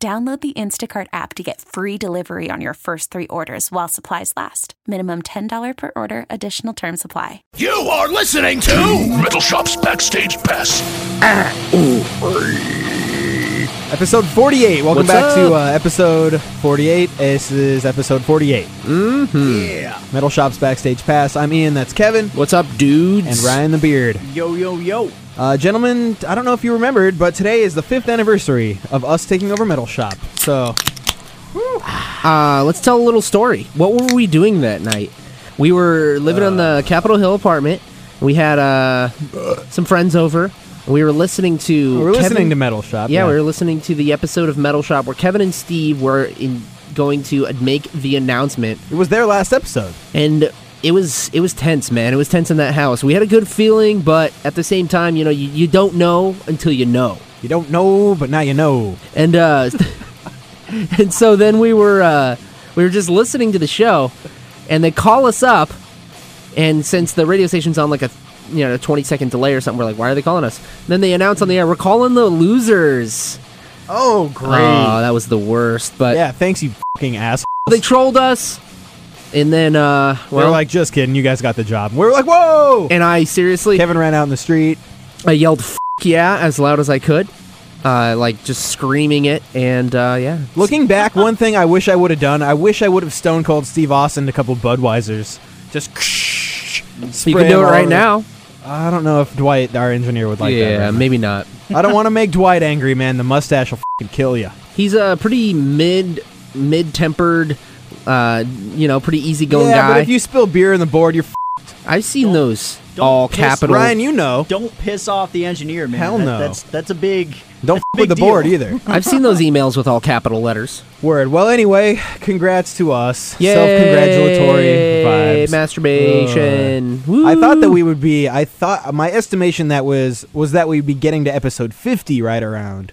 Download the Instacart app to get free delivery on your first three orders while supplies last. Minimum $10 per order, additional term supply. You are listening to Metal Shop's Backstage Pass. Episode 48. Welcome What's back to uh, up? episode 48. This is episode 48. Mm-hmm. Yeah. Metal Shop's Backstage Pass. I'm Ian, that's Kevin, What's up, dudes? and Ryan the Beard. Yo, yo, yo. Uh, gentlemen, I don't know if you remembered, but today is the fifth anniversary of us taking over Metal Shop. So, Uh, let's tell a little story. What were we doing that night? We were living on Uh. the Capitol Hill apartment. We had uh, some friends over. and We were listening to. Oh, we're Kevin- listening to Metal Shop. Yeah, we were listening to the episode of Metal Shop where Kevin and Steve were in going to uh, make the announcement, it was their last episode. and it was it was tense, man. It was tense in that house. We had a good feeling, but at the same time, you know, you, you don't know until you know. You don't know, but now you know. and uh, and so then we were uh, we were just listening to the show, and they call us up, and since the radio station's on like a you know a twenty second delay or something, we're like, why are they calling us? then they announce on the air, we're calling the losers. Oh, great. Oh, that was the worst. But yeah, thanks, you fucking ass. they trolled us, and then uh, We're well, like, just kidding. You guys got the job. We were like, whoa. and I seriously, Kevin ran out in the street. I yelled "F- yeah as loud as I could. Uh, like just screaming it, and uh, yeah, Looking back, one thing I wish I would have done, I wish I would have stone cold Steve Austin a couple Budweisers. Just you can do it right now. I don't know if Dwight, our engineer, would like yeah, that. right maybe not. now. I don't want to make Dwight angry, man. The mustache will fing kill you. He's a pretty mid mid tempered, uh, you know, pretty easygoing yeah, but guy. if you spill beer in the board, you're f- I've seen those don't all piss capital. Ryan. You know, Don't piss off the engineer, man. Hell That- no. That's that's a big. don't f- that's a big with the board deal. either. I've seen those emails with all capital letters. Word. Well, anyway, congrats to us. Yay, Self-congratulatory vibes. Masturbation. I thought that Woo. we would be. I thought my estimation that was was that we'd be getting to episode fifty right around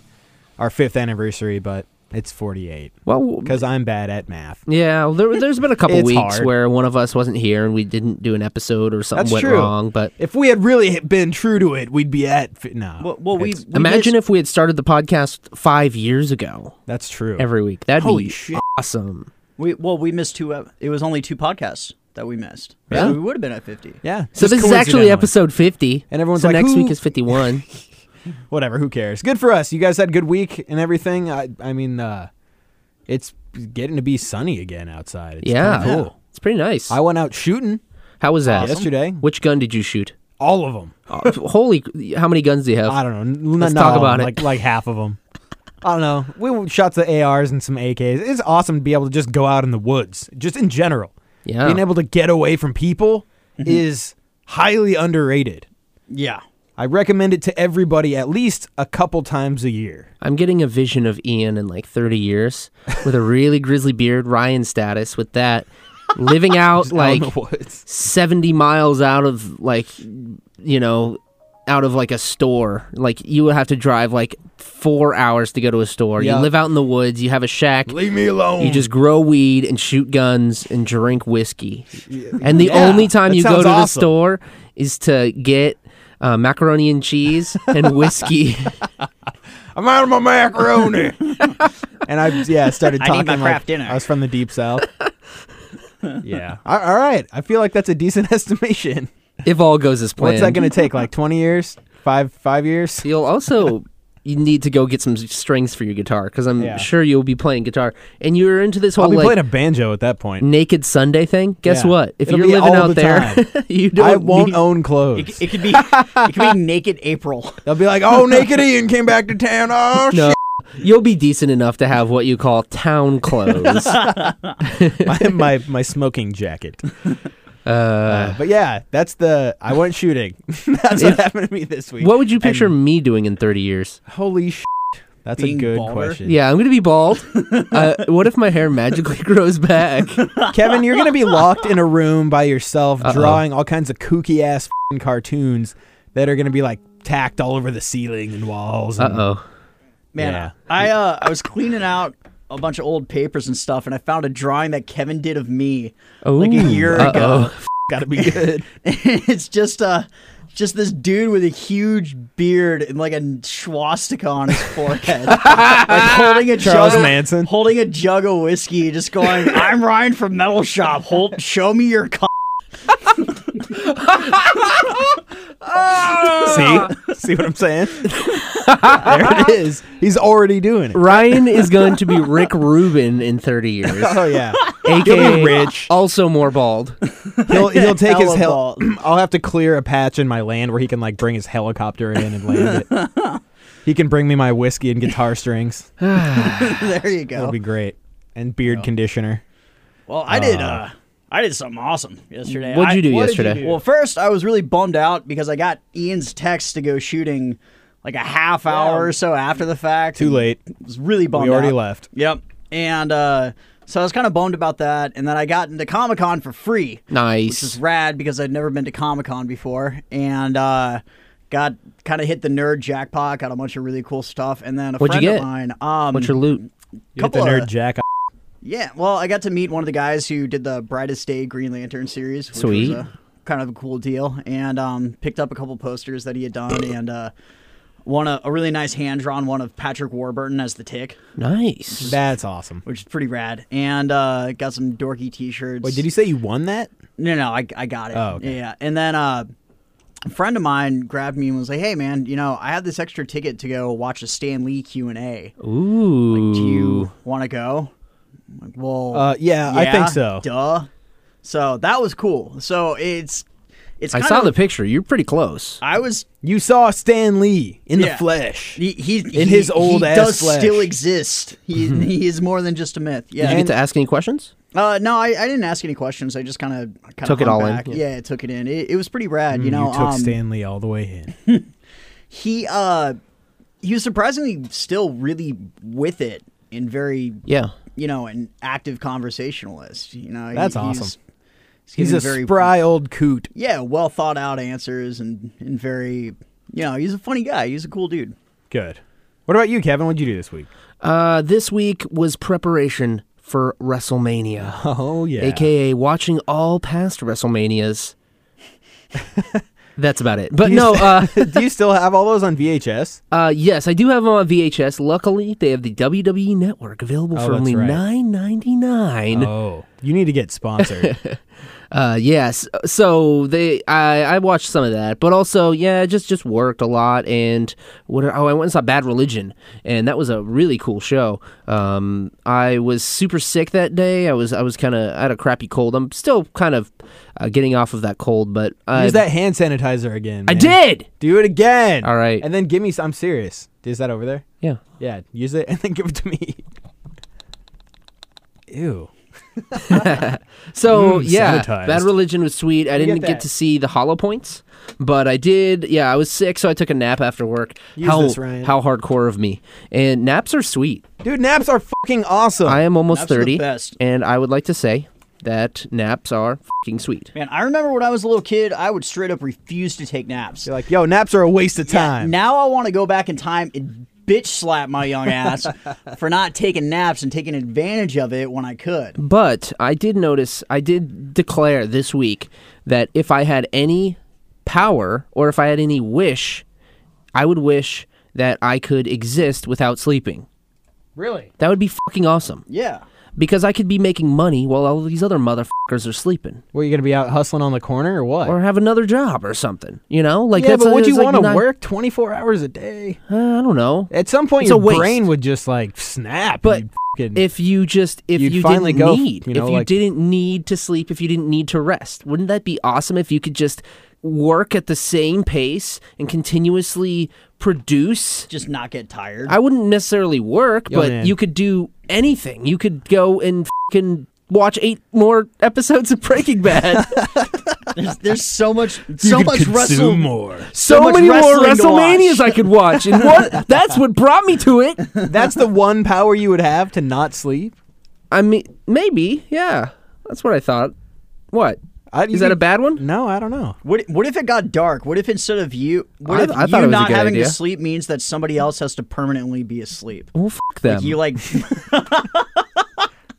our fifth anniversary, but it's forty eight Well, because I'm bad at math. yeah, there, there's been a couple It's weeks hard. where one of us wasn't here and we didn't do an episode or something That's went true. wrong. But If we had really been true to it, we'd be at fi- no. Well, well we, It's- we imagine missed- if we had started the podcast five years ago that's true. every week. That'd Holy be shit. awesome. we well we missed two. ep- It was only two podcasts that we missed. Yeah. So we would have been at fifty. yeah. just So this is actually coincidentally. episode 50. And everyone's so like, next "Who?" week is 51. Whatever. Who cares? Good for us. You guys had a good week and everything. I I mean, uh, it's getting to be sunny again outside. It's yeah. kinda Cool. It's pretty nice. I went out shooting How was that? yesterday. Which gun did you shoot? All of them. Oh, holy, how many guns do you have? I don't know. N- Let's not talk all of about them, it. Like like half of them. I don't know. We shot the ARs and some AKs. It's awesome to be able to just go out in the woods, just in general. Yeah. Mm-hmm. Being able to get away from people is highly underrated. Yeah. I recommend it to everybody at least a couple times a year. I'm getting a vision of Ian in like 30 years with a really grizzly beard, Ryan status with that, living out like out in the woods. 70 miles out of like, you know, out of like a store. Like you would have to drive like four hours to go to a store. Yeah. You live out in the woods, you have a shack. Leave me alone. You just grow weed and shoot guns and drink whiskey. And the Yeah, only time that you go sounds to the awesome. store is to get uh, macaroni and cheese and whiskey. I'm out of my macaroni. and I yeah started I talking need my like craft dinner. I was from the deep south. yeah. All- all right. I feel like that's a decent estimation. if all goes as planned. What's that going to take? Like 20 years? Five five years? You'll also you need to go get some strings for your guitar because I'm Yeah. sure you'll be playing guitar. And you're into this I'll whole be like playing a banjo at that point. naked Sunday thing. Guess Yeah. what? If It'll you're be living all out the there, time. you don't. I won't need- own clothes. It, it could be it could be naked April. They'll be like, "Oh, Naked Ian came back to town." Oh No. You'll be decent enough to have what you call town clothes. shit, my, my my smoking jacket. Uh, but yeah, that's the I went shooting. that's what happened to me this week. what would you picture me doing in 30 years? Holy shit. That's Being a good balder? question. Yeah, I'm gonna be bald. uh, what if my hair magically grows back? Kevin, you're going to be locked in a room by yourself drawing all kinds of kooky ass fing cartoons that are going to be like tacked all over the ceiling and walls. Uh and- oh. Man, Yeah. I uh, I was cleaning out a bunch of old papers and stuff, and I found a drawing that Kevin did of me like a Ooh, year ago. uh-oh. Gotta be good. it's just uh, just this dude with a huge beard and like a swastika on his forehead, like holding a Charles jug, of- Manson. holding a jug of whiskey, just going, "I'm Ryan from Metal Shop. Hold, show me your." C-. See? See what I'm saying? there it is. He's already doing it. Ryan is going to be Rick Rubin in 30 years, Oh yeah. aka rich. also more bald. He'll he'll take his hel- Hella I'll have to clear a patch in my land where he can like bring his helicopter in and land it. he can bring me my whiskey and guitar strings. there you That'll go. be great. And beard conditioner. well, I did. Uh, I did something awesome yesterday. What'd I- you do what did yesterday? do? Well, first I was really bummed out because I got Ian's text to go shooting like a half hour or so after the fact. Too late. was really bummed. We already out. left. Yep. And uh, so I was kind of bummed about that. And then I got into Comic Con for free. Which is Nice. rad because I'd never been to Comic Con before. And uh, got kind of hit the nerd jackpot. Got a bunch of really cool stuff. And then a What'd you friend of get? mine. Um, What's your loot? You hit the Couple nerd of- jack. yeah, well, I got to meet one of the guys who did the Brightest Day Green Lantern series, which Sweet. was a, kind of a cool deal, and um, picked up a couple posters that he had done, and uh, one a, a really nice hand drawn one of Patrick Warburton as the Tick, Nice. That's awesome. which is pretty rad, and uh, got some dorky T-shirts. Wait, did you say you won that? No, no, I, I got it. Oh, okay. yeah. And then uh, a friend of mine grabbed me and was like, "Hey, man, you know, I have this extra ticket to go watch a Stan Lee Q and A. Ooh. Do you want to go?" I'm like, well, Uh, yeah, I think so. Duh. So that was cool. So it's it's. I kind saw of, Uh, the picture. You're pretty close. I was. You saw Stan Lee in the Yeah. flesh. He, he In he- his old he ass does flesh. still exist. He he is more than just a myth. Yeah. Did you get to ask any questions? uh, no, I, I didn't ask any questions. I just kind of kind Took it all in, back. yeah. Yeah. I took it in. It, it was pretty rad. you know, you took um, Stan Lee all the way in. he uh he was surprisingly still really with it and very Yeah. you know an active conversationalist. You know, he- That's he's- awesome. He's, He's a giving very spry old coot. yeah, well thought out answers and and very you know, he's a funny guy. He's a cool dude. Good. What about you, Kevin? What'd you do this week? Uh, this week was preparation for WrestleMania, Oh yeah. aka watching all past WrestleManias. That's about it. But You no, uh, do you still have all those on VHS? Uh, yes, I do have them on VHS. Luckily, they have the WWE Network available Oh, for that's only right. nine ninety nine. Oh, you need to get sponsored. Uh, yes, so they I, I watched some of that, but also yeah, just just worked a lot and what oh I went and saw Bad Religion and that was a really cool show. Um, I was super sick that day. I was I was kind of I had a crappy cold. I'm still kind of uh, getting off of that cold, but I, Use that hand sanitizer again. I man. did. Do it again. All right. And then give me. s- I'm serious. Is that over there? Yeah. Yeah. Use it and then give it to me. Ew. So Mm, yeah, sanitized. Bad Religion was sweet. I didn't get, that. to see the hollow points, but I did. Yeah, I was sick, so I took a nap after work. Use how this, Ryan. how hardcore of me! And naps are sweet. Dude, naps are fucking awesome. I am almost Naps are the thirty, best. and I would like to say that naps are fucking sweet. Man, I remember when I was a little kid, I would straight up refuse to take naps. You're like, yo, naps are a waste of Yeah, time. now I want to go back in time and bitch slap my young ass for not taking naps and taking advantage of it when I could. But I did notice, I did declare this week that if I had any power or if I had any wish, I would wish that I could exist without sleeping. Really? That would be fucking awesome. Yeah. because I could be making money while all these other motherfuckers are sleeping What, you gonna be out hustling on the corner or what? or have another job or something. You know, like yeah, that's but a- would you it's like want to not- work 24 hours a day? Uh, I don't know. At some point, It's a your waste. brain would just like snap. But and fucking- If you just if You'd you finally didn't go, need you know, if you like- didn't need to sleep if you didn't need to rest, wouldn't that be awesome if you could just work at the same pace and continuously produce? Just not get tired. I wouldn't necessarily work, Yo, but man. you could do anything. You could go and fucking watch eight more episodes of Breaking Bad. There's, there's so much, so much wrestling. more. So, much many more wrestling to WrestleManias watch. I could watch, and what that's what brought me to it. That's the one power you would have to not sleep. I mean, maybe, yeah, that's what I thought. What I, is that a bad one? No, I don't know. What, what if it got dark? What if instead of you, what I- if I thought you it was a not good having idea. to sleep means that somebody else has to permanently be asleep? Well, fuck them. You like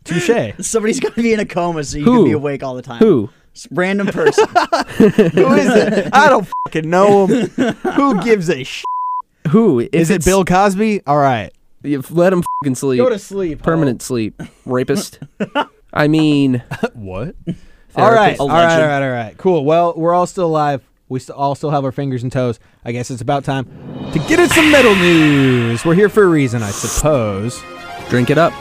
Touche. somebody's gonna be in a coma, so you Who? can be awake all the time. Who? S- Random person. Who is it? I don't fucking know him. Who gives a sh? Who Is it Bill Cosby? All right. You f- let him fucking sleep. sleep. Permanent sleep. Rapist. I mean, What? All right. Therapist. All right. All right. All right. Cool. Well, we're all still alive. We st- all still have our fingers and toes. I guess it's about time to get in some metal news. We're here for a reason, I suppose. drink it up.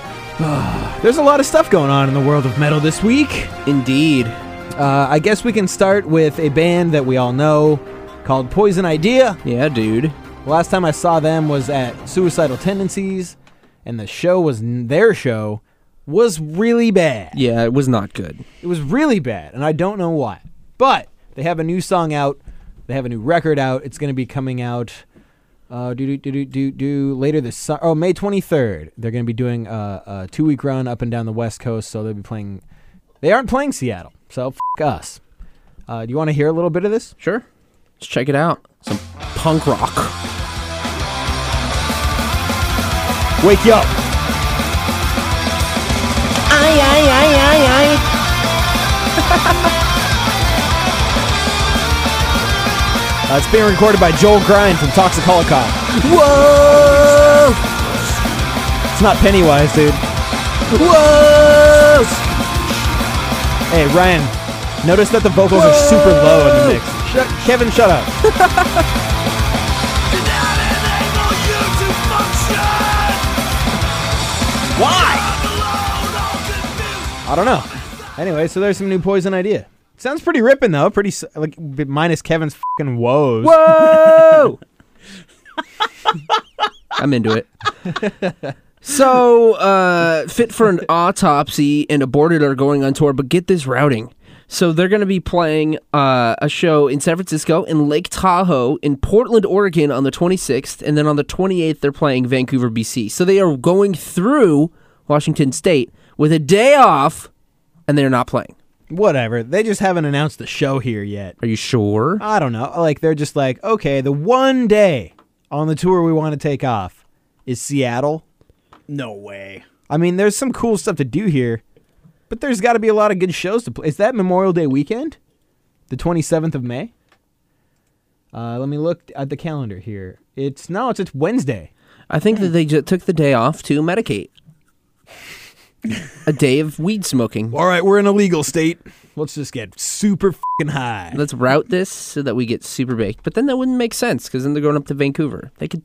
There's a lot of stuff going on in the world of metal this week. Indeed. Uh, I guess we can start with a band that we all know called Poison Idea. Yeah, dude. Last time I saw them was at Suicidal Tendencies, and the show was their show was really bad. Yeah, it was not good. It was really bad, and I don't know why. But they have a new song out. They have a new record out. It's going to be coming out uh, do do do do do do later this su- oh May 23rd. They're going to be doing uh, a two week run up and down the West Coast. So they'll be playing. They aren't playing Seattle, so f- us. Uh, do you want to hear a little bit of this? Sure. Let's check it out. Some punk rock. Wake you up. Uh, it's being recorded by Joel Grind from Toxic Holocaust. Whoa! It's not Pennywise, dude. Whoa! Hey, Ryan, notice that the vocals are super low in the mix. Shut, Kevin, shut up. I don't know. Anyway, so there's some new Poison idea. Sounds pretty ripping though. Pretty s- like b- minus Kevin's fucking woes. Whoa! I'm into it. So, uh, fit for an autopsy and aborted are going on tour, but get this routing. So they're going to be playing uh, a show in San Francisco, in Lake Tahoe, in Portland, Oregon on the 26th, and then on the 28th they're playing Vancouver, BC. So they are going through Washington State with a day off, and they're not playing. Whatever. They just haven't announced the show here yet. Are you sure? I don't know. Like they're just like, okay, the one day on the tour we want to take off is Seattle. no way. I mean, there's some cool stuff to do here, but there's got to be a lot of good shows to play. Is that Memorial Day weekend, the 27th of May? Uh, let me look at the calendar here. It's no, it's it's Wednesday. I think that they ju- took the day off to medicate. a day of weed smoking. All right, we're in a legal state. Let's just get super fucking high. Let's route this so that we get super baked. But then that wouldn't make sense because then they're going up to Vancouver. They could,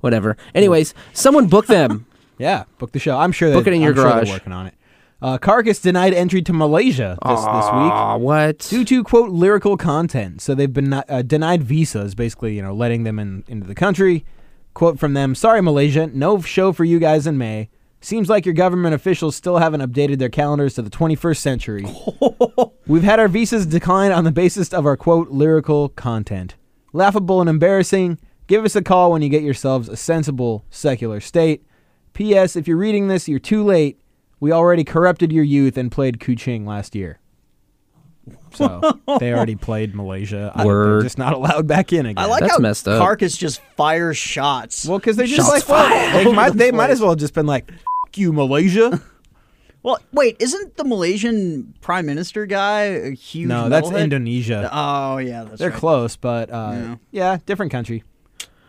whatever. Anyways, someone book them. Yeah, book the show. I'm sure they Book it in your I'm sure they're garage. working on it. Uh, Carcass denied entry to Malaysia this, this week Aw, what? due to quote lyrical content. So they've been uh, denied visas, basically, you know, letting them in into the country. Quote from them: "Sorry, Malaysia, no show for you guys in May. Seems like your government officials still haven't updated their calendars to the 21st century. We've had our visas declined on the basis of our quote lyrical content. Laughable and embarrassing. Give us a call when you get yourselves a sensible secular state. P.S. If you're reading this, you're too late. We already corrupted your youth and played Kuching last year. So they already played Malaysia. I- They're Word. just not allowed back in again. I like that's how messed up. Carcass just fires shots. well, because they just like Shots well, they might the they might place. as well have just been like, "Fuck you, Malaysia." Well, wait, isn't the Malaysian prime minister guy a huge? no, that's metalhead? Indonesia. Oh yeah, that's They're right. close, but uh, yeah, different country.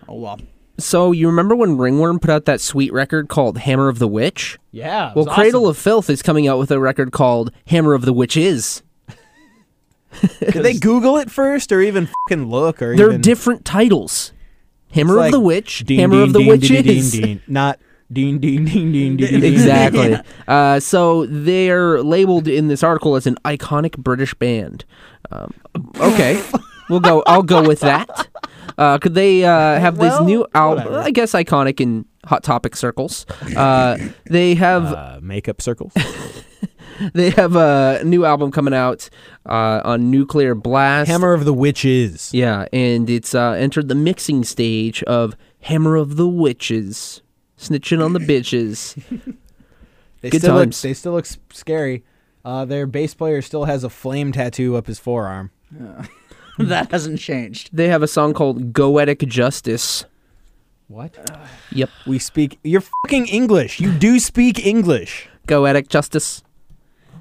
Oh well. So you remember when Ringworm put out that sweet record called Hammer of the Witch? Yeah. Well, Cradle of Filth is coming out with a record called Hammer of the Witches. Did they Google it first, or even fucking look, or They're even, different titles. It's Hammer like, of the Witch, "Ding, Hammer ding, of the ding, Witches. ding, ding, ding." not ding ding ding ding ding. ding, ding. exactly. Uh, so they're labeled in this article as an iconic British band. Um, okay, we'll go. I'll go with that. Uh, could they uh, have Well, this new album? whatever. I guess iconic in hot topic circles. Uh, they have Uh, makeup circles. They have a new album coming out uh, on Nuclear Blast. Hammer of the Witches. Yeah, and it's uh, entered the mixing stage of Hammer of the Witches. Snitching on the bitches. They Good still look- times. they still look s- scary. Uh, their bass player still has a flame tattoo up his forearm. that hasn't changed. They have a song called Goetic Justice. What? Yep. We speak. You're fucking English. You do speak English. Goetic Justice.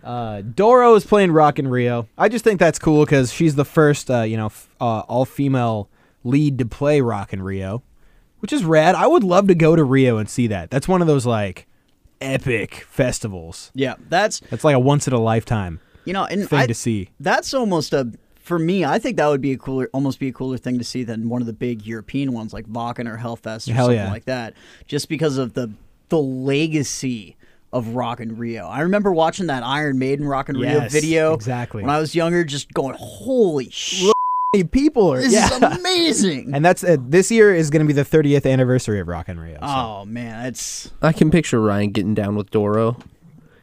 Uh, Doro is playing Rock in Rio. I just think that's cool because she's the first, uh, you know, f- uh, all-female lead to play Rock in Rio, which is rad. I would love to go to Rio and see that. That's one of those like epic festivals. Yeah, that's That's like a once in a lifetime you know, and thing I- to see. That's almost a for me. I think that would be a cooler, almost be a cooler thing to see than one of the big European ones like Wacken or Hellfest or Hell something yeah. like that, just because of the the legacy of Rock and Rio. I remember watching that Iron Maiden Rock and Rio Yes, video exactly. when I was younger, just going, "Holy shit, Hey, people are this yeah. is amazing!" And that's uh, this year is going to be the 30th anniversary of Rock and Rio. so- oh man, it's I can picture Ryan getting down with Doro.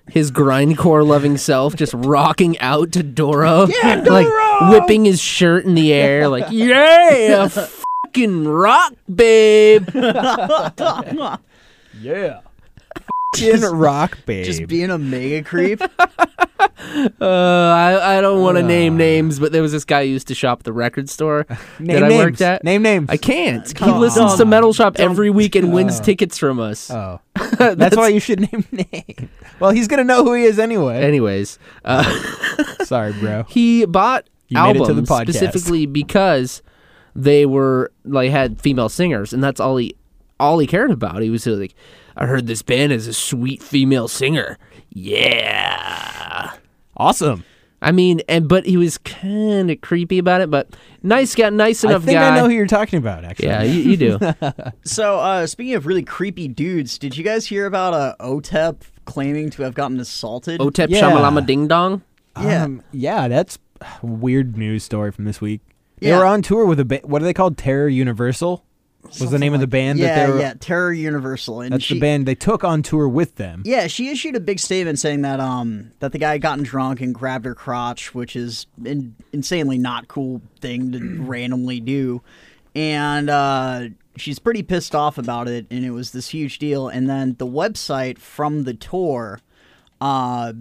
His grindcore loving self just rocking out to Doro. Yeah, Like whipping his shirt in the air, like, yeah, fucking rock, babe. yeah, fucking rock, babe. just being a mega creep. Uh, I, I don't want Uh. to name names, but there was this guy who used to shop at the record store Name that I names. worked at. Name names. I can't. He Don't- listens to don't- Metal Shop every week and wins tickets from us. Oh, Uh. that's, why you should name name. Well, he's gonna know who he is anyway. Anyways, uh, Sorry, bro. he bought You made it to albums the podcast. specifically because they were like had female singers, and that's all he all he cared about. He was like, I heard this band has a sweet female singer. Yeah. Awesome. I mean, and but he was kind of creepy about it, but nice got nice I enough think guy. I know who you're talking about. Actually, yeah, you, you do. so, uh, speaking of really creepy dudes, did you guys hear about uh, Otep claiming to have gotten assaulted? Otep Yeah. Shamalama Ding Dong. Yeah. Um, yeah, that's a weird news story from this week. They Yeah. were on tour with a ba- what are they called? Terror Universal was the name of the band that yeah, they were. yeah, Terror Universal, and That's she, the band they took on tour with them. Yeah, she issued a big statement saying that um that the guy had gotten drunk and grabbed her crotch, which is an insanely not cool thing to randomly do, and uh, she's pretty pissed off about it, and it was this huge deal. And then the website from the tour uh,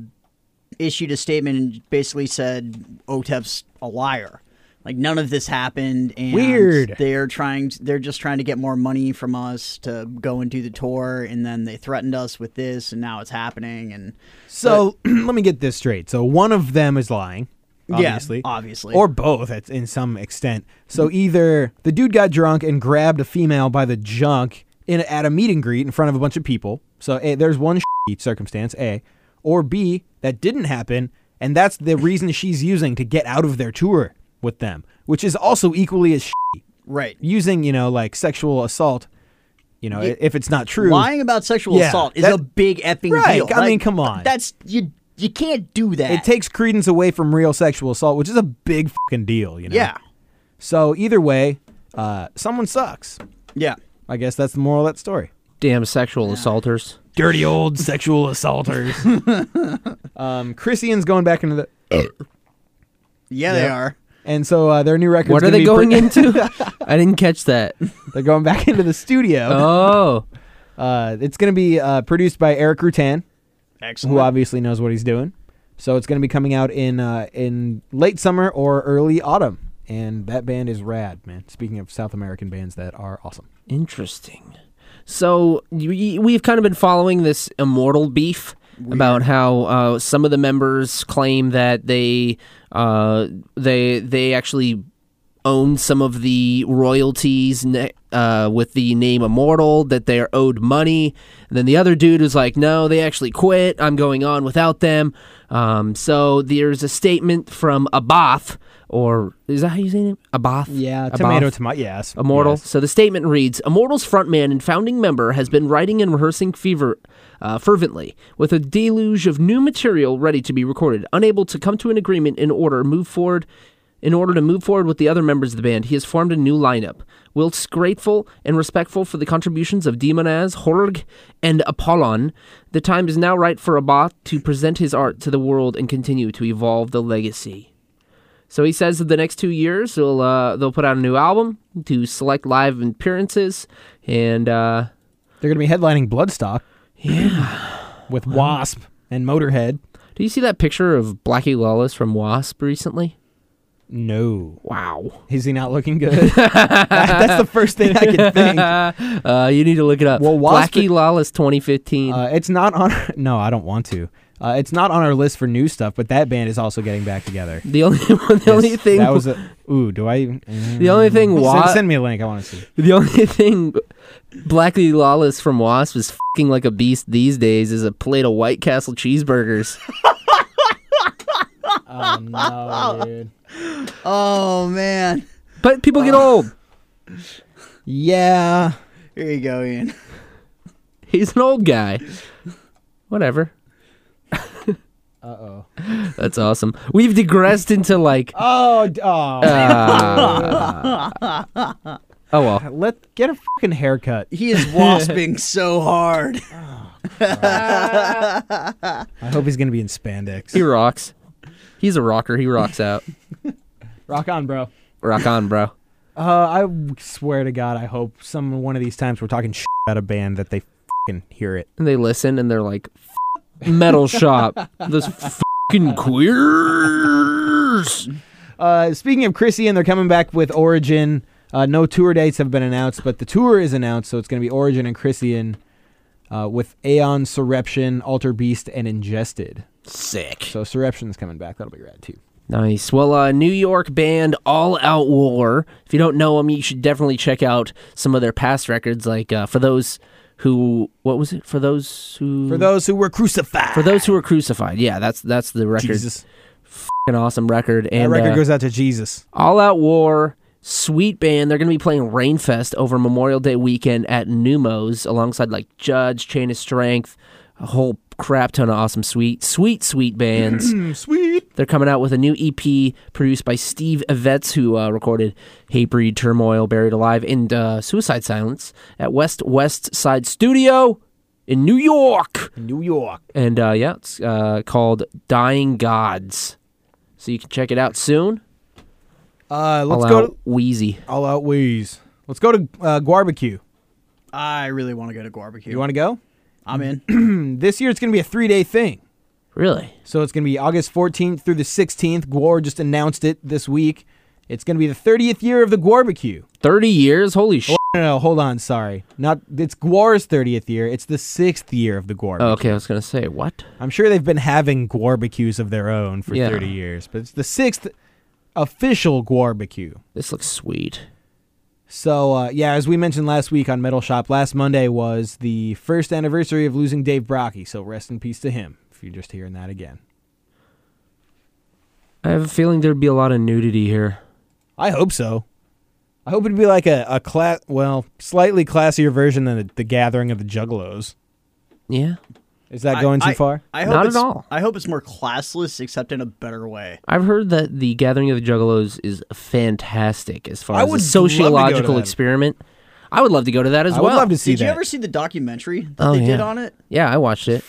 issued a statement and basically said Otep's a liar. Like none of this happened, and Weird. They're trying. They're just trying to get more money from us to go and do the tour, and then they threatened us with this, and now it's happening. And So let me get this straight. So one of them is lying, obviously, obviously. or both at, in some extent. So either the dude got drunk and grabbed a female by the junk in at a meet and greet in front of a bunch of people. So a, there's one shitty circumstance, a, or b that didn't happen, and that's the reason she's using to get out of their tour with them, which is also equally as shitty. right, using you know like sexual assault. You know, i- if it's not true, lying about sexual Yeah, assault is that- a big effing Right, deal. I mean, come on. That's you. You can't do that. it takes credence away from real sexual assault, which is a big fucking deal, you know. Yeah, So either way, uh, someone sucks. yeah. I guess that's the moral of that story. Damn sexual assaulters. Dirty old sexual assaulters. um, Christian's going back into the, Yeah, they are. and so uh, their new record. What are they going into? I didn't catch that. They're going back into the studio. Oh, Uh, it's going to be uh, produced by Eric Rutan, Excellent. who obviously knows what he's doing. So it's going to be coming out in uh, in late summer or early autumn, and that band is rad, man. Speaking of South American bands that are awesome. interesting. So y- y- we've kind of been following this immortal beef about how uh, some of the members claim that they uh, they they actually own some of the royalties ne- uh, with the name Immortal that they are owed money. And then the other dude was like, no, they actually quit. I'm going on without them. Um, so there's a statement from Abath, or is that how you say it? Abath? Abath. tomato, tomato. Yes, Immortal. Yes. So the statement reads Immortal's frontman and founding member has been writing and rehearsing fever, uh, fervently, with a deluge of new material ready to be recorded. Unable to come to an agreement in order, move forward In order to move forward with the other members of the band, he has formed a new lineup. Wilt's grateful and respectful for the contributions of Demonaz, Horg, and Apollon. The time is now right for Abba to present his art to the world and continue to evolve the legacy. So he says that the next two years they'll uh, they'll put out a new album, do select live appearances, and uh, They're going to be headlining Bloodstock. Yeah. With Wasp and Motorhead. do you see that picture of Blackie Lawless from Wasp recently? No. Wow, Is he not looking good? That- that's the first thing I can think. uh, you need to look it up. Well, Wasp- Blackie Lawless 2015. Uh, it's not on. No, I don't want to. Uh, it's not on our list for new stuff, but that band is also getting back together. the only one, the only Yes, thing that was a, ooh. Do I? mm. the only thing send, Wasp send me a link. I want to see. the only thing Blackie Lawless from Wasp is fucking like a beast these days is a plate of White Castle cheeseburgers. Oh no, dude. Oh man. But people get old. Yeah. Here you go, Ian. He's an old guy. Whatever. Uh oh. That's awesome. We've digressed into like. Oh. d- Oh. Oh well. Let get a fucking haircut. He is wasping so hard. I hope he's gonna be in spandex. He rocks. He's a rocker. He rocks out. Rock on, bro. Rock on, bro. Uh, I w- swear to God, I hope some one of these times we're talking shit about a band that they fucking hear it. And they listen and they're like, "F- metal shop. Those fucking queers. Uh, speaking of Chrissy, and they're coming back with Origin. Uh, no tour dates have been announced, but the tour is announced, so it's going to be Origin and Chrissian uh, with Aeon, Surreption, Alter Beast, and Ingested. Sick. So Surreption's coming back. That'll be rad too. Nice. Well, uh, New York band All Out War. If you don't know them, you should definitely check out some of their past records. Like uh, for those who, what was it? For those who, For those who were crucified, Mm. for those who were crucified. Yeah, that's that's the record. Jesus, an awesome record. And that record uh, goes out to Jesus. All Out War, sweet band. They're going to be playing Rainfest over Memorial Day weekend at Numos alongside like Judge, Chain of Strength, a whole crap ton of awesome sweet, sweet, sweet bands. Mm-hmm. Sweet. They're coming out with a new EP produced by Steve Evets, who uh, recorded Hate Breed, Turmoil, Buried Alive, and uh, Suicide Silence at West West Side Studio in New York New York. and uh, yeah, it's uh, called Dying Gods. So you can check it out soon. Uh, let's All go out to Wheezy. all out wheeze. Let's go to uh, Guarbecue. I really want to go to barbecue. You want to go? Hmm, I'm in. This year it's going to be a three day thing. Really? So it's going to be August 14th through the 16th. Gwar just announced it this week. It's going to be the 30th year of the Gwarbecue. 30 years? Holy shit. No, no, no, hold on. Sorry. Not It's Gwar's 30th year. It's the sixth year of the Gwarbecue. Oh, Okay, I was going to say, what? I'm sure they've been having Gwarbecues of their own for Yeah. 30 years, but it's the sixth official Gwarbecue. This looks sweet. So, uh, yeah, as we mentioned last week on Metal Shop, last Monday was the first anniversary of losing Dave Brocky. So rest in peace to him if you're just hearing that again. I have a feeling there'd be a lot of nudity here. I hope so. I hope it'd be like a, a class, well, slightly classier version than the, the Gathering of the Juggalos. Yeah. Is that I- going too I- far? I hope Not at it's- all. I hope it's more classless, except in a better way. I've heard that the Gathering of the Juggalos is fantastic as far I as would a love to go to sociological that. experiment. I would love to go to that as I would well. love to see Did you that. ever see the documentary that Oh, they did yeah. on it? yeah, I watched it.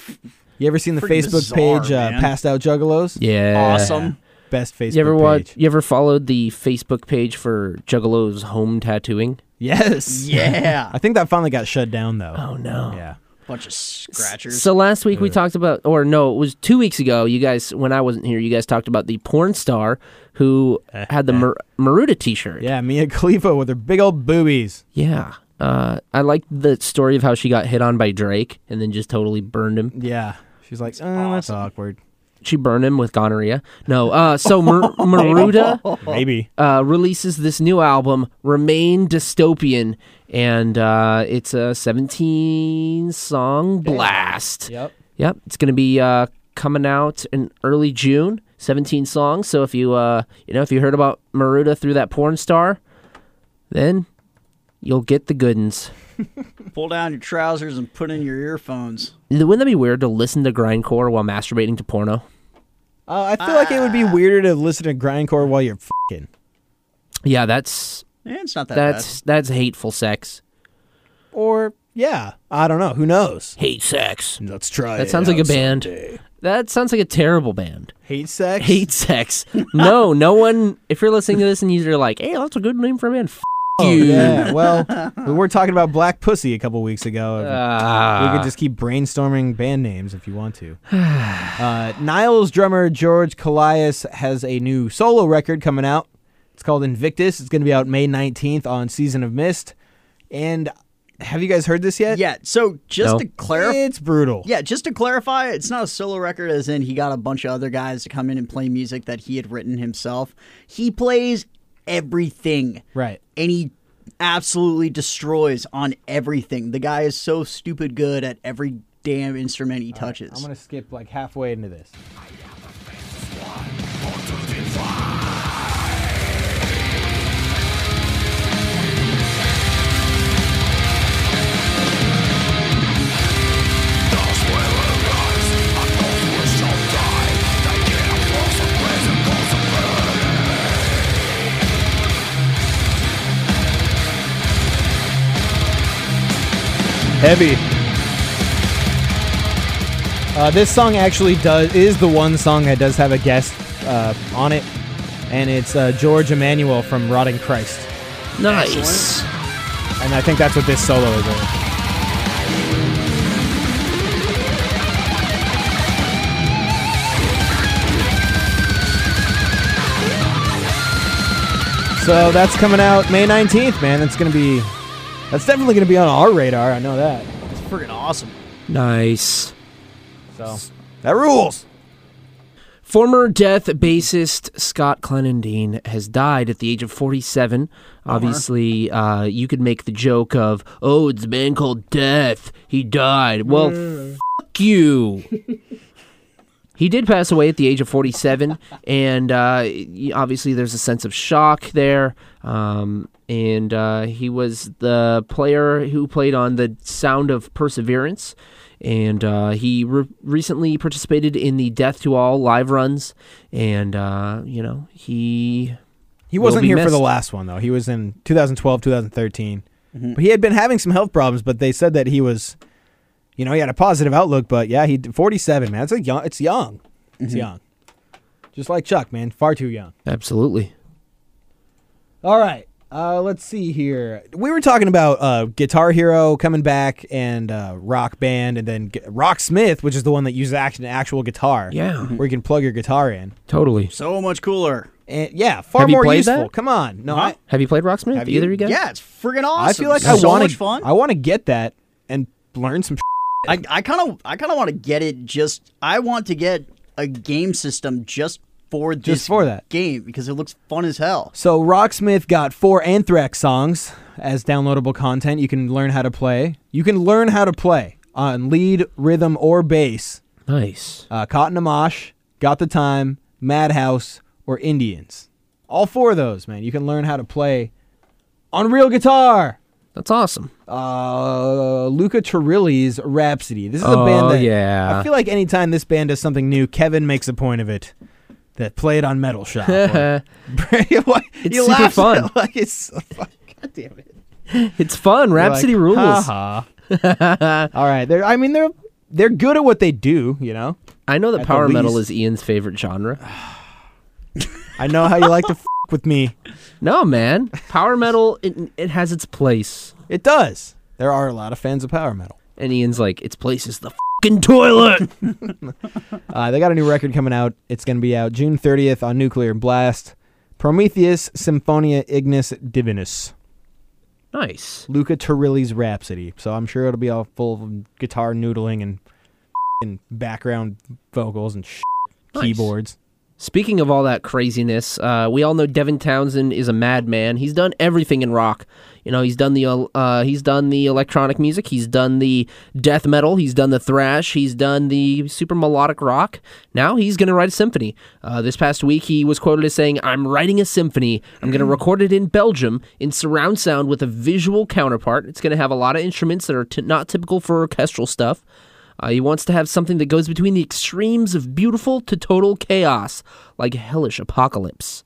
you ever seen the Freaking Facebook bizarre, page uh, man. Passed Out Juggalos? Yeah. Awesome. Best Facebook You ever page. watch, you ever followed the Facebook page for Juggalos home tattooing? Yes. Yeah. I think that finally got shut down, though. Oh no. Yeah. Bunch of scratchers. So last week we talked about, or no, it was two weeks ago. You guys, when I wasn't here, you guys talked about the porn star who had the Mar- Maruda T-shirt. Yeah, Mia Khalifa with her big old boobies. Yeah. Uh, I liked the story of how she got hit on by Drake and then just totally burned him. Yeah. She's like, oh, that's awkward. She burned him with gonorrhea. No. Uh, so Mar- Maruda Maybe. uh, releases this new album, Remain Dystopian, and uh, it's a 17 song blast. Yep. Yep, it's going to be uh, coming out in early June. 17 songs. So if you uh, you know if you heard about Maruda through that porn star, then you'll get the goodens. Pull down your trousers and put in your earphones. Wouldn't that be weird to listen to grindcore while masturbating to porno? Uh, I feel like it would be Ah. weirder to listen to grindcore while you're fucking. Yeah, that's Eh, it's not that that's that's hateful sex. Or yeah, I don't know. Who knows? Hate sex. Let's try. That it sounds like a out band. someday. That sounds like a terrible band. Hate sex. Hate sex. No, no one. If you're listening to this and you're like, "Hey, that's a good name for a band," f- you. Oh, Yeah. Well, we were talking about black pussy a couple weeks ago. Ah. we could just keep brainstorming band names if you want to. uh, Niles drummer George Colias has a new solo record coming out. It's called Invictus. It's going to be out May 19th on Season of Mist. And have you guys heard this bad. Yeah. yet? So just No. to clarify, It's brutal. yeah, just to clarify, it's not a solo record. As in, he got a bunch of other guys to come in and play music that he had written himself. He plays everything. Right. and he absolutely destroys on everything. The guy is so stupid good at every damn instrument he touches. I'm going to skip like halfway into this. Heavy. Uh, this song actually does is the one song that does have a guest uh, on it, and it's uh, George Emmanuel from Rotting Christ, nice. and I think that's what this solo is. Over. So that's coming out May 19th, man. That's gonna be that's definitely gonna be on our radar. I know that. It's freaking awesome. Nice. So that rules. Former Death bassist Scott Clenendine has died at the age of 47. Obviously, uh, you could make the joke of, oh, it's a band called Death. He died. Well, fuck you. he did pass away at the age of 47, and uh, y- obviously there's a sense of shock there. Um, and uh, he was the player who played on the Sound of Perseverance, and uh, he re- recently participated in the Death to All live runs. And uh, you know he He will wasn't be here for the missed. last one though. He was in 2012, 2013. Mm-hmm. But he had been having some health problems, but they said that he was, you know, he had a positive outlook. But yeah, he 47, man. It's a young. It's young. Mm-hmm. It's young. Just like Chuck, man. Far too young. absolutely All right. Uh, let's see here. We were talking about uh, Guitar Hero coming back and uh, Rock Band, and then G- Rock Smith, which is the one that uses act- an actual guitar. Yeah. Mhm. where you can plug your guitar in. totally. So much cooler. And yeah, far Have you more played useful. that? Come on, no, I, Have you played Rocksmith? Have Either you? you guys? Yeah, it's freaking awesome. I feel like so I want much fun. I want to get that and learn some. Sh- I I kind of I kind of want to get it. Just I want to get a game system just for this for that. game because it looks fun as hell. so Rocksmith got four Anthrax songs as downloadable content. You can learn how to play. You can learn how to play on lead, rhythm, or bass. Nice. Uh, Cotton Amash, Got the Time, Madhouse, or Indians. All four of those, man. You can learn how to play on real guitar. That's awesome. uh, Luca Turilli's Rhapsody. This is a Oh, band that yeah. I feel like anytime this band does something new, Kevin makes a point of it. That play it on Metal Shop. Uh, Like, what? It's You super laugh at fun. it Like it's so fun. God damn it. It's fun. Rhapsody Like, rules. "Ha ha." All right, they're. I mean, they're they're good at what they do. You know, I know that At power the metal least. is Ian's favorite genre. I know how you like to f- with me. No, man. Power metal, it, it has its place. It does. There are a lot of fans of power metal. And Ian's like, its place is the fucking toilet. Uh, they got a new record coming out. It's going to be out June 30th on Nuclear Blast. Prometheus Symphonia Ignis Divinus. nice. Luca Turilli's Rhapsody. So I'm sure it'll be all full of guitar noodling and, and background vocals and sh- Nice. keyboards. Speaking of all that craziness, uh, we all know Devin Townsend is a madman. He's done everything in rock. You know, he's done the el- uh, he's done the electronic music. He's done the death metal. He's done the thrash. He's done the super melodic rock. Now he's going to write a symphony. Uh, this past week, he was quoted as saying, "I'm writing a symphony. I'm going to record it in Belgium in surround sound with a visual counterpart. It's going to have a lot of instruments that are t- not typical for orchestral stuff." Uh, he wants to have something that goes between the extremes of beautiful to total chaos, like hellish apocalypse.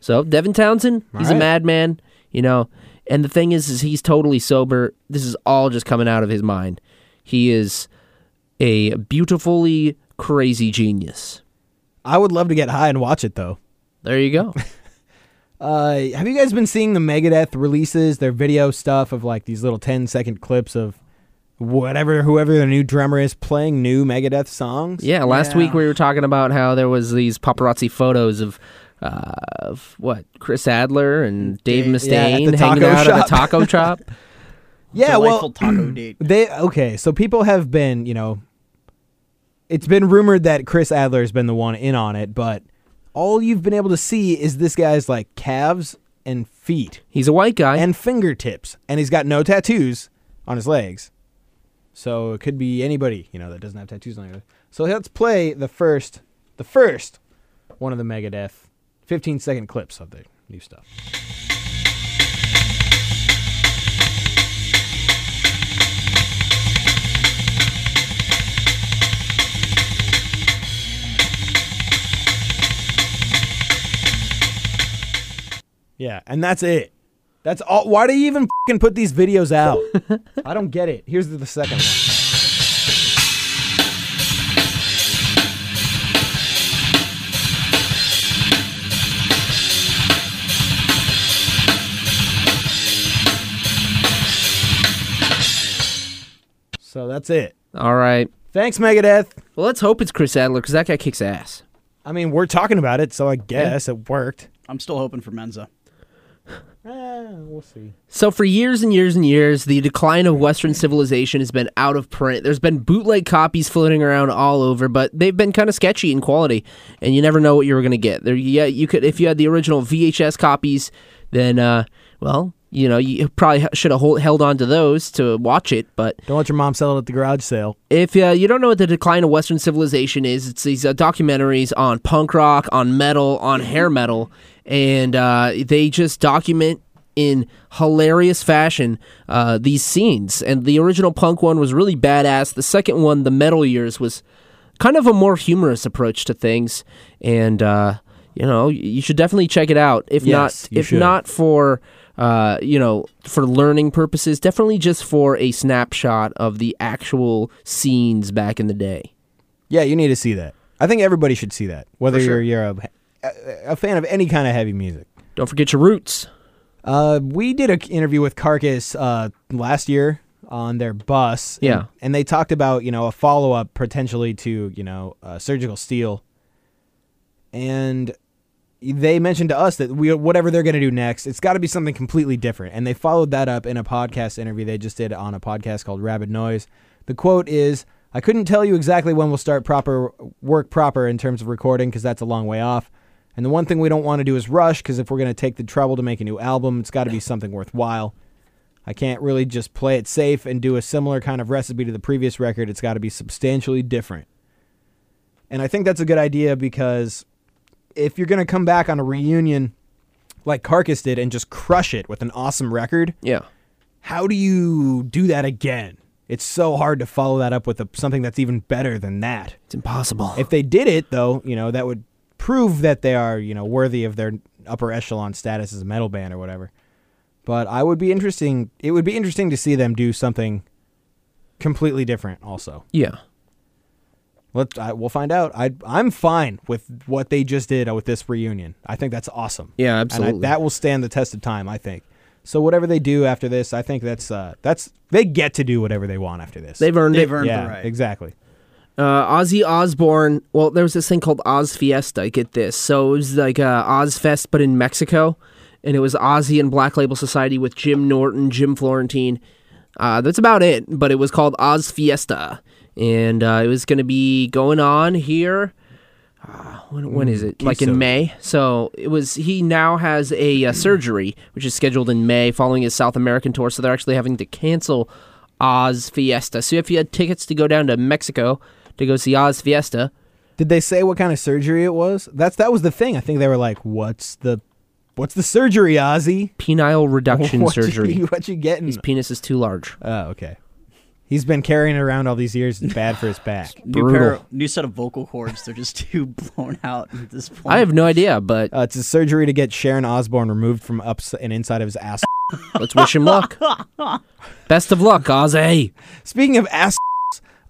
So Devin Townsend, he's a right. madman, you know. And the thing is, is he's totally sober. This is all just coming out of his mind. He is a beautifully crazy genius. I would love to get high and watch it though. There you go. Uh, have you guys been seeing the Megadeth releases, their video stuff of like these little 10 second clips of whatever, whoever their new drummer is playing new Megadeth songs? Yeah, last Yeah. week we were talking about how there was these paparazzi photos of, uh, of what Chris Adler and Dave Dave- Mustaine yeah, at the hanging taco out at shop. a taco shop. Yeah, Delightful well, taco date. they, okay, so people have been, you know, it's been rumored that Chris Adler has been the one in on it, but all you've been able to see is this guy's like calves and feet He's a white guy. and fingertips, and he's got no tattoos on his legs. So it could be anybody, you know, that doesn't have tattoos on their legs. So let's play the first, the first one of the Megadeth 15 second clips of the new stuff. Yeah, and that's it. That's all. Why do you even fing put these videos out? I don't get it. Here's the, the second one. So that's it. All right. Thanks, Megadeth. Well, let's hope it's Chris Adler because that guy kicks ass. I mean, we're talking about it, so I guess it worked. I'm still hoping for Menza. we'll see. So for years and years and years, the decline of Western civilization has been out of print. There's been bootleg copies floating around all over, but they've been kind of sketchy in quality, and you never know what you were going to get. There, yeah, you could if you had the original VHS copies, then uh, well, you know, you probably h- should have hold, held on to those to watch it. But Don't let your mom sell it at the garage sale. if uh, you don't know what the decline of Western civilization is, it's these uh, documentaries on punk rock, on metal, on hair metal, and uh, they just document in hilarious fashion uh, these scenes. And the original punk one was really badass. The second one, the metal years, was kind of a more humorous approach to things. And uh, you know, you should definitely check it out. If Yes, not, you if should. not for uh, you know for learning purposes definitely just for a snapshot of the actual scenes back in the day Yeah, you need to see that. I think everybody should see that, whether you're you're a, a, a fan of any kind of heavy music. don't forget your roots Uh, we did an interview with Carcass uh, last year on their bus. and- Yeah. and they talked about you know a follow up potentially to you know uh, Surgical Steel, and they mentioned to us that we whatever they're going to do next, it's got to be something completely different. And they followed that up in a podcast interview they just did on a podcast called Rabid Noise. The quote is, "I couldn't tell you exactly when we'll start proper work proper in terms of recording because that's a long way off. And the one thing we don't want to do is rush because if we're going to take the trouble to make a new album, it's got to be something worthwhile. I can't really just play it safe and do a similar kind of recipe to the previous record. It's got to be substantially different." And I think that's a good idea because if you're going to come back on a reunion like Carcass did and just crush it with an awesome record, yeah how do you do that again? It's so hard to follow that up with a, something that's even better than that. it's impossible If they did it, though, you know, that would prove that they are, you know, worthy of their upper echelon status as a metal band or whatever. But I would be interesting. It would be interesting to see them do something completely different. Also, yeah let I, we'll find out. I I'm fine with what they just did with this reunion. I think that's awesome. Yeah, And I- absolutely. that will stand the test of time. I think. So whatever they do after this, I think that's uh that's they get to do whatever they want after this. they've earned They've it earned yeah the right. exactly. uh, Ozzy Osbourne. Well, there was this thing called Oz Fiesta. Get this. So it was like uh, Ozfest, but in Mexico, and it was Ozzy and Black Label Society with Jim Norton, Jim Florentine. Uh, that's about it. But it was called Oz Fiesta, and uh, it was going to be going on here. Uh, when, when Mm, is it? Like in queso. May. So it was. He now has a uh, surgery, which is scheduled in May, following his South American tour. So they're actually having to cancel Oz Fiesta. So if you had tickets to go down to Mexico to go see Oz Fiesta, Did they say what kind of surgery it was? That's that was the thing. I think they were like, "What's the, what's the surgery, Ozzy? penile reduction what surgery. You, what you getting? His penis is too large. oh, okay. He's been carrying it around all these years. It's bad for his back. New pair, Brutal. new set of vocal cords. They're just too blown out at this point. I have no idea, but Uh, it's a surgery to get Sharon Osbourne removed from up and inside of his ass. let's wish him luck. Best of luck, Ozzy. Speaking of ass,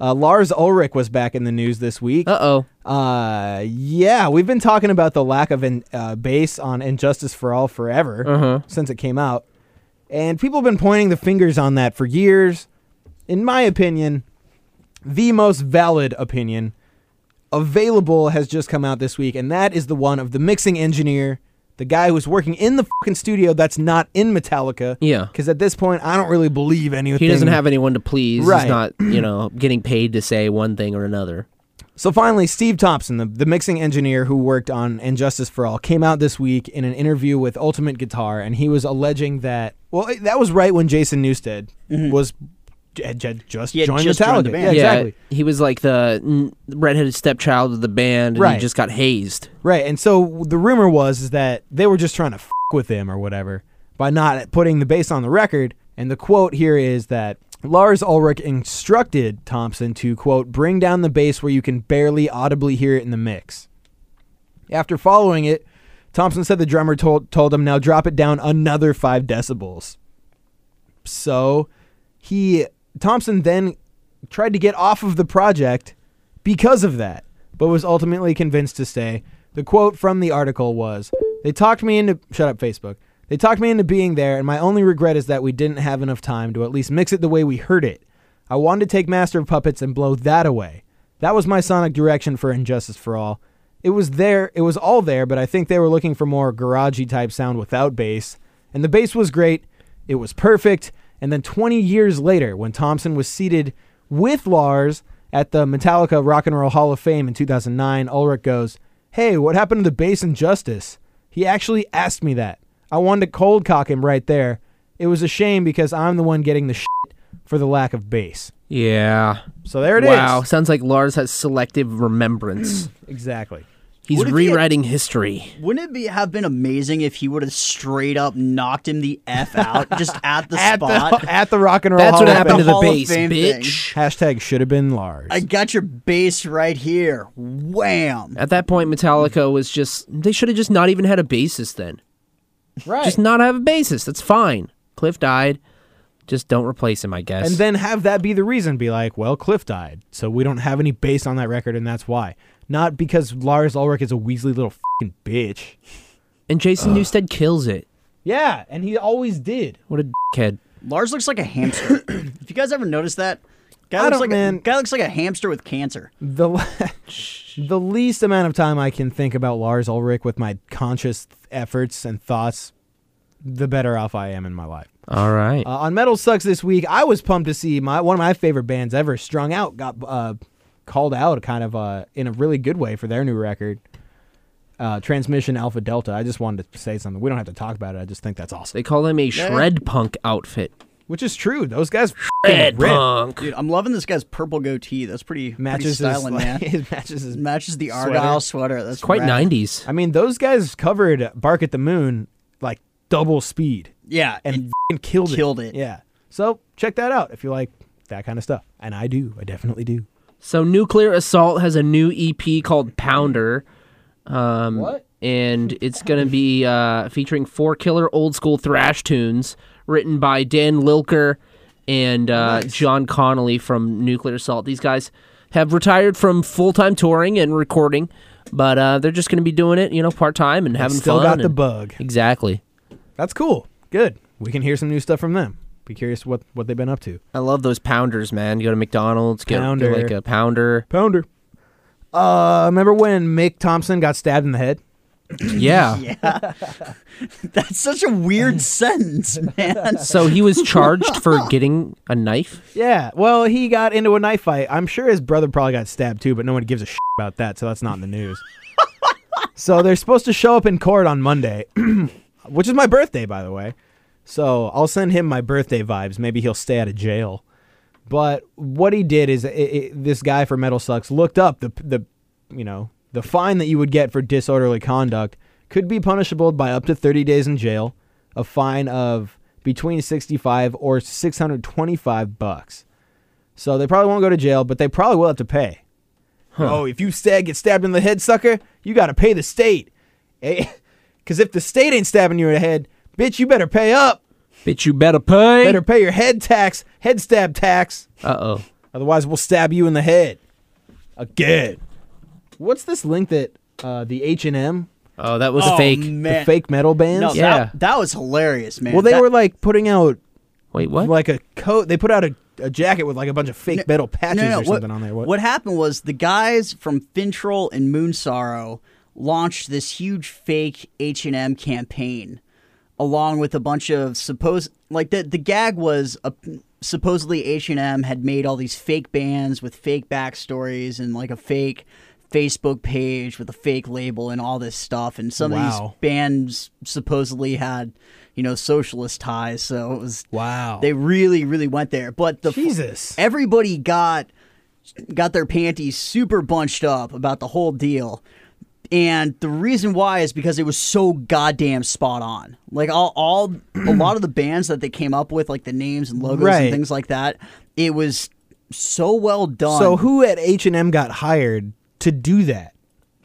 uh, Lars Ulrich was back in the news this week. Uh oh. Uh, yeah, we've been talking about the lack of an uh, base on Injustice for All forever Uh-huh. since it came out, and people have been pointing the fingers on that for years. In my opinion, the most valid opinion available has just come out this week, and that is the one of the mixing engineer, the guy who's working in the fucking studio that's not in Metallica. Yeah. because at this point, I don't really believe anything. He doesn't have anyone to please. Right. He's not, you know, getting paid to say one thing or another. So finally, Steve Thompson, the, the mixing engineer who worked on Injustice for All, came out this week in an interview with Ultimate Guitar, and he was alleging that well, it- that was right when Jason Newsted was had ju- just Mm-hmm. He had joined just Metallica. joined the band. Yeah, exactly. He was like the mm, redheaded stepchild of the band, and Right. he just got hazed. Right, and so the rumor was is that they were just trying to f- with him or whatever by not putting the bass on the record. And the quote here is that Lars Ulrich instructed Thompson to quote bring down the bass where you can barely audibly hear it in the mix. After following it, Thompson said the drummer told told him now drop it down another five decibels. So he Thompson then tried to get off of the project because of that, but was ultimately convinced to stay. The quote from the article was They talked me into shut up Facebook. They talked me into being there, and my only regret is that we didn't have enough time to at least mix it the way we heard it. I wanted to take Master of Puppets and blow that away. That was my sonic direction for Injustice for All. It was there, it was all there, but I think they were looking for more garagey type sound without bass. And the bass was great, it was perfect. And then 20 years later, when Thompson was seated with Lars at the Metallica Rock and Roll Hall of Fame in 2009, Ulrich goes, Hey, what happened to the bass and justice? He actually asked me that. I wanted to cold cock him right there. It was a shame because I'm the one getting the shit for the lack of bass. Yeah. So there it is. wow. Sounds like Lars has selective remembrance. Exactly. He's What if he had- rewriting history. Wouldn't it be, have been amazing if he would have straight up knocked him the f out just at the At spot? the, at the Rock and Roll That's Hall what of happened to Fame. the Hall of bass, Fame thing. bitch. Hashtag should have been Lars. I got your bass right here. Wham! At that point, Metallica was just. They should have just not even had a bassist then. right. Just not have a bassist. That's fine. Cliff died. Just don't replace him, I guess. and then have that be the reason. Be like, well, Cliff died, so we don't have any bass on that record, and that's why. Not because Lars Ulrich is a Weasley little fucking bitch. and Jason Newsted kills it. Yeah, and he always did. What a dickhead. Lars looks like a hamster. if you guys ever noticed that, guy I looks don't, like man. A, guy looks like a hamster with cancer. The le- the least amount of time I can think about Lars Ulrich with my conscious efforts and thoughts, the better off I am in my life. All right. Uh, on Metal Sucks this week, I was pumped to see my one of my favorite bands ever, Strung Out, got uh, called out kind of uh, in a really good way for their new record, uh, Transmission Alpha Delta. I just wanted to say something. We don't have to talk about it. I just think that's awesome. they call him a shred punk outfit. Which is true. Those guys Shred f***ing rip. punk. Dude, I'm loving this guy's purple goatee. That's pretty matches pretty his, styling, like, man. it matches his. Matches the Argyle sweater. That's Quite rad. 90s. I mean, those guys covered Bark at the Moon like double speed Yeah, and and f***ing killed it. killed it. Yeah. So check that out if you like that kind of stuff, and I do. I definitely do. So Nuclear Assault has a new EP called Pounder. Um, What? And it's going to be uh, featuring four killer old school thrash tunes written by Dan Lilker and uh, John Connolly from Nuclear Assault. These guys have retired from full time touring and recording, but uh, they're just going to be doing it, you know, part time and having Still fun. got the and- bug. Exactly. That's cool. Good. We can hear some new stuff from them. Be curious what what they've been up to. I love those pounders, man. You go to McDonald's, get, get Pounder. like a pounder. Pounder. Uh, remember when Mick Thompson got stabbed in the head? Yeah. That's such a weird sentence, man. So he was charged for getting a knife. Yeah. Well, he got into a knife fight. I'm sure his brother probably got stabbed too, but no one gives a shit about that, so that's not in the news. so they're supposed to show up in court on Monday, which is my birthday, by the way. So I'll send him my birthday vibes. Maybe he'll stay out of jail. But what he did is i i this guy for Metal Sucks looked up the the you know the fine that you would get for disorderly conduct could be punishable by up to 30 days in jail, a fine of between 65 or 625 bucks. So they probably won't go to jail, but they probably will have to pay. Oh, if you stab, get stabbed in the head, sucker, you got to pay the state. Because if the state ain't stabbing you in the head, bitch, you better pay up. Bitch, you better pay. Better pay your head tax, head stab tax. Uh oh. Otherwise, we'll stab you in the head again. What's this link that uh, the H and M, Oh, that was Oh, fake. the man. fake metal bands? No, Yeah. that, that was hilarious, man. Well, they That- were like putting out Wait, what? like a coat. They put out a, a jacket with like a bunch of fake metal patches no, no, or what, something on there. What? what happened was the guys from Fintrol and Moonsorrow launched this huge fake H&M campaign along with a bunch of supposed like the the gag was a, supposedly H&M had made all these fake bands with fake backstories and like a fake Facebook page with a fake label and all this stuff and some of Wow. these bands supposedly had you know socialist ties so it was Wow. they really really went there but the Jesus. everybody got got their panties super bunched up about the whole deal and the reason why is because it was so goddamn spot on like all, all a lot of the bands that they came up with like the names and logos Right. and things like that it was so well done So who at H and M got hired to do that?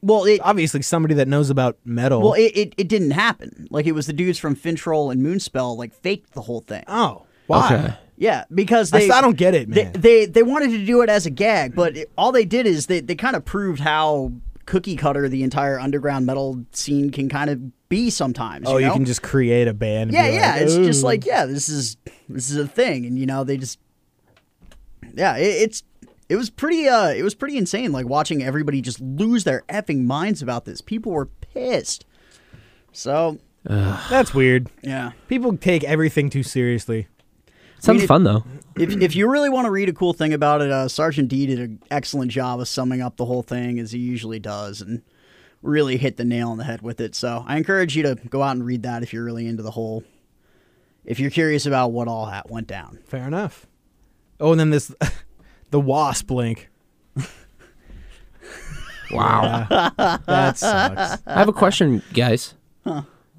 well it Obviously, somebody that knows about metal. well it, it, it didn't happen like it was the dudes from fintroll and moonspell like faked the whole thing oh, why? Okay. Yeah, because I they s- I don't get it, they- man. Mm. They, they wanted to do it as a gag, but it- all they did is they they kind of proved how cookie cutter the entire underground metal scene can kind of be sometimes. Oh, you, know? can just create a band. and yeah, be yeah. like, it's just "Ooh." like yeah, this is this is a thing, and you know they just yeah, it, it's. It was pretty uh it was pretty insane like watching everybody just lose their effing minds about this. People were pissed. So, that's weird. yeah. People take everything too seriously. Sounds did- fun though. if, if you really want to read a cool thing about it, uh, Sergeant D did an excellent job of summing up the whole thing as he usually does, and really hit the nail on the head with it. So I encourage you to go out and read that if you're really into the whole. If you're curious about what all that went down, Fair enough. Oh, and then this, the wasp link. Wow. That Uh, sucks. I have a question, guys.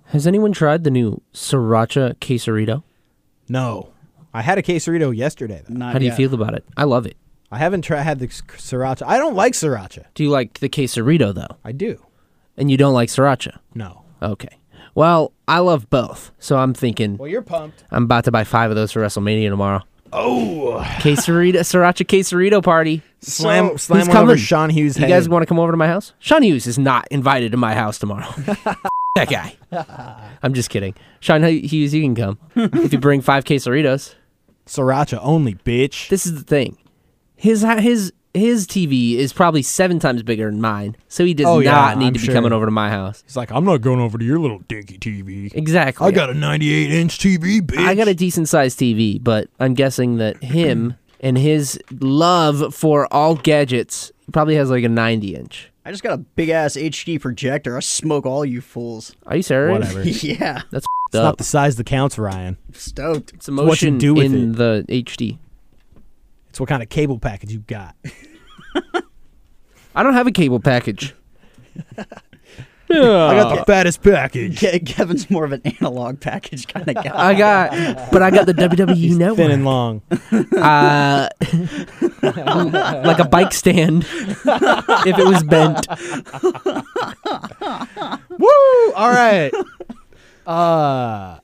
Has anyone tried the new sriracha quesarito? no, I had a quesarito yesterday. Though. not How do you yet. feel about it? I love it. I haven't tried had the s- sriracha. I don't like sriracha. Do you like the quesarito though? I do. And you don't like sriracha? No. Okay. Well, I love both, so I'm thinking Well, you're pumped. I'm about to buy five of those for WrestleMania tomorrow. Oh, quesarito, sriracha quesarito party. Slam, Who's slam one coming? over Sean Hughes' You head. guys want to come over to my house? Sean Hughes is not invited to my house tomorrow. that guy. I'm just kidding. Sean Hughes, you can come if you bring five quesaritos. sriracha only, bitch. This is the thing. His his his TV is probably seven times bigger than mine, so he does Oh, not yeah, need I'm to be sure. coming over to my house. He's like, I'm not going over to your little dinky TV. Exactly. I got a 98 inch TV, bitch. I got a decent sized TV, but I'm guessing that him and his love for all gadgets probably has like a 90 inch. I just got a big ass HD projector. I smoke all you fools. Are you serious? Whatever. It's yeah, That's fed not up. the size that counts, Ryan. stoked. It's what you emotion do with in it. the HD. It's what kind of cable package you got. I don't have a cable package. I got the fattest package. Ke- Kevin's more of an analog package kind of guy. I got, but I got the WWE network, Thin and long. uh, like a bike stand. if it was bent, Woo! All right. Uh,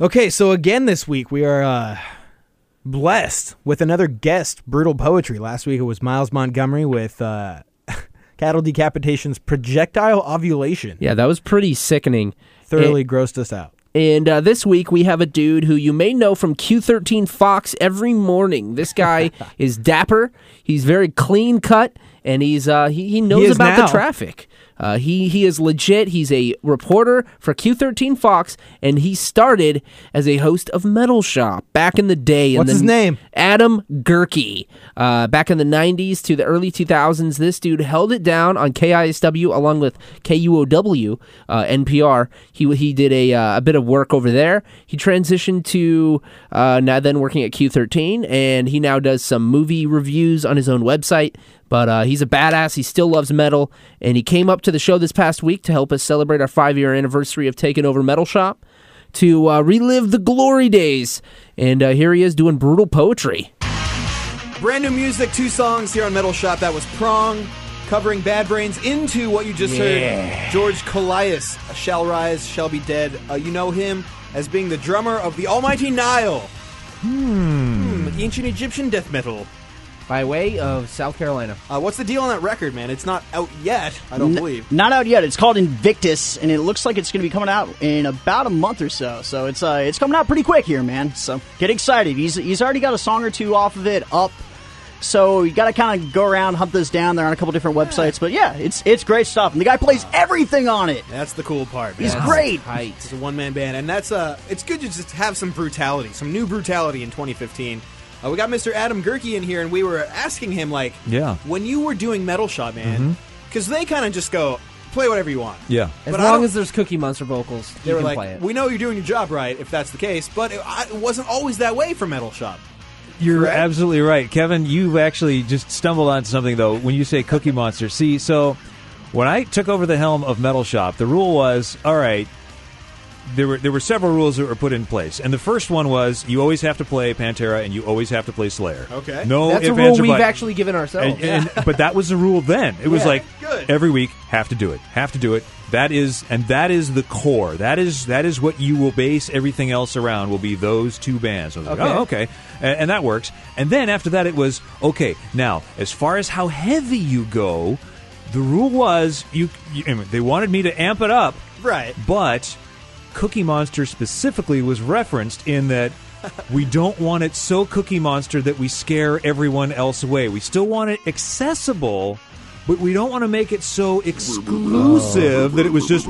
okay, so again this week we are uh, blessed with another guest, Brutal Poetry. Last week it was Miles Montgomery with uh, Cattle Decapitation's Projectile Ovulation. yeah, that was pretty sickening. Thoroughly grossed us out. And uh, this week we have a dude who you may know from Q13 Fox every morning. This guy is dapper. He's very clean cut, and he's uh, he, he knows He is about now. the traffic. Uh, he he is legit. He's a reporter for Q13 Fox, and he started as a host of Metal Shop back in the day. What's and his name? Adam Gerke. Uh, back in the 90s to the early 2000s, this dude held it down on KISW along with KUOW, uh, NPR. He, he did a, uh, a bit of work over there. He transitioned to uh, now then working at Q13, and he now does some movie reviews on his own website. But uh, he's a badass. He still loves metal, and he came up to the show this past week to help us celebrate our five year anniversary of taking over Metal Shop to uh, relive the glory days. And uh, here he is doing brutal poetry. Brand new music, two songs here on Metal Shop. That was Prong covering Bad Brains into what you just heard. George Colias, Shall Rise, Shall Be Dead. Uh, you know him as being the drummer of the Almighty Nile. Hmm. Ancient Egyptian death metal. By way of South Carolina. Uh, what's the deal on that record, man? It's not out yet, I don't believe. Not out yet. It's called Invictus, and it looks like it's going to be coming out in about a month or so. So it's uh, it's coming out pretty quick here, man. So get excited. He's he's already got a song or two off of it up. So you got to kind of go around, hunt this down. They're on a couple different websites, but yeah, it's it's great stuff. And the guy plays everything on it. That's the cool part. Man. He's great. Height. It's a one man band, and that's uh, it's good to just have some brutality, some new brutality in 2015. Uh, we got Mr. Adam Gerke in here, and we were asking him like, Yeah. Mm-hmm. when you were doing Metal Shot, man, because they kind of just go play whatever you want. Yeah. As But I long don't- as there's Cookie Monster vocals, They you were can like, play it. we know you're doing your job right, if that's the case, but it, I, it wasn't always that way for Metal Shop. You're Correct? absolutely right, Kevin. You've actually just stumbled on something though when you say Cookie Monster. See, so when I took over the helm of Metal Shop, the rule was all right. There were there were several rules that were put in place, and the first one was you always have to play Pantera and you always have to play Slayer. Okay. no That's a ifs, rule ands, or we've buts. actually given ourselves. And- and- but that was the rule then. It was Yeah. like Good. every week have to do it, have to do it. That is, and that is the core. That is that is what you will base everything else around. Will be those two bands. I was like, Okay. oh, okay, and, and that works. And then after that, it was okay. Now, as far as how heavy you go, the rule was you. you I mean, they wanted me to amp it up, Right. But Cookie Monster specifically was referenced in that we don't want it so Cookie Monster that we scare everyone else away. We still want it accessible, but we don't want to make it so exclusive that it was just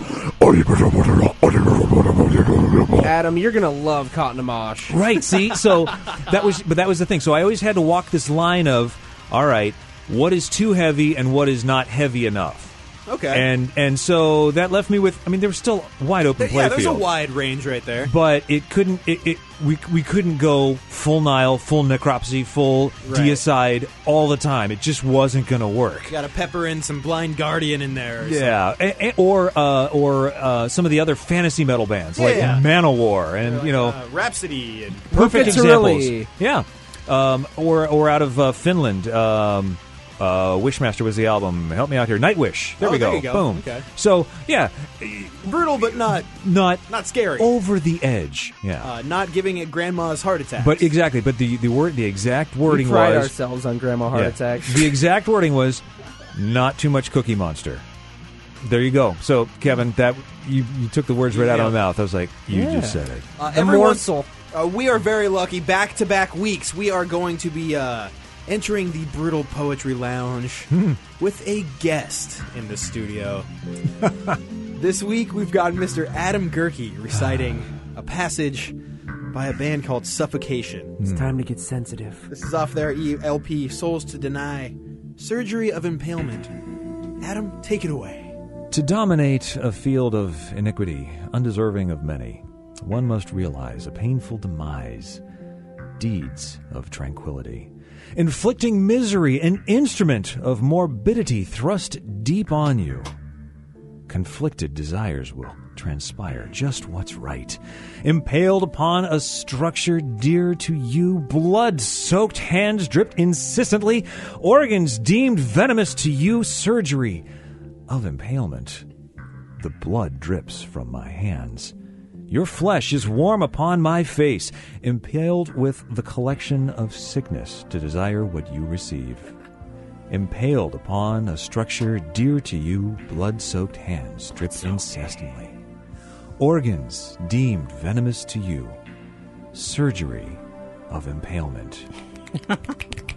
Adam, you're gonna love Cotton Amash. right. See, so that was, but that was the thing. So I always had to walk this line of, all right, what is too heavy and what is not heavy enough. Okay. And and so that left me with. I mean, there was still wide open Th- play yeah, there's a field. wide range right there. but it couldn't. It, it we we couldn't go full Nile, full necropsy, full Right. deicide all the time. It just wasn't going to work. Got to pepper in some Blind Guardian in there. or Yeah, a- a- or uh, or uh, some of the other fantasy metal bands like Yeah. Manowar, and you know, something. Uh, Rhapsody and perfect Pizzarelli. examples. Yeah, um, or or out of uh, Finland. Um, uh, Wishmaster was the album. Help me out here. Nightwish. There Oh, we there go. you go. Boom. Okay. So yeah, brutal, but not not not scary. Oh, over the edge. Yeah. Uh, not giving it grandma's heart attack. but exactly. But the the word the exact We wording pride was ourselves on Grandma Heart Yeah. Attack. The exact wording was not too much Cookie Monster. There you go. So Kevin, that you, you took the words right out of my mouth. I was like, you Yeah. just said it. Uh, The everyone- morsel. Uh, we are very lucky. Back to back weeks, we are going to be uh, entering the Brutal Poetry Lounge with a guest in the studio. this week, we've got Mr. Adam Gerke reciting a passage by a band called Suffocation. It's time to get sensitive. This is off their ELP, Souls to Deny, Surgery of Impalement. Adam, take it away. To dominate a field of iniquity, undeserving of many, one must realize a painful demise, deeds of tranquility, inflicting misery, an instrument of morbidity thrust deep on you. Conflicted desires will transpire just what's right. Impaled upon a structure dear to you, blood soaked hands dripped insistently, organs deemed venomous to you, surgery of impalement. The blood drips from my hands. Your flesh is warm upon my face, impaled with the collection of sickness to desire what you receive. Impaled upon a structure dear to you, blood soaked hands drip incessantly. Organs deemed venomous to you. Surgery of impalement.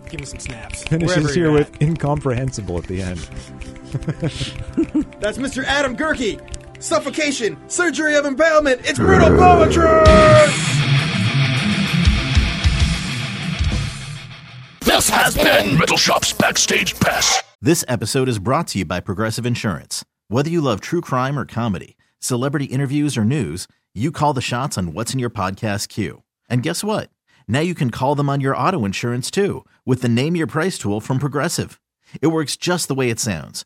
Give me some snaps. Wherever Finishes you're here at. with incomprehensible at the end. That's Mr. Adam Gerke. Suffocation, surgery of impalement. It's brutal poetry. This has been Metal Shop's Backstage Pass. This episode is brought to you by Progressive Insurance. Whether you love true crime or comedy, celebrity interviews or news, you call the shots on what's in your podcast queue. And guess what? Now you can call them on your auto insurance too with the Name Your Price tool from Progressive. It works just the way it sounds.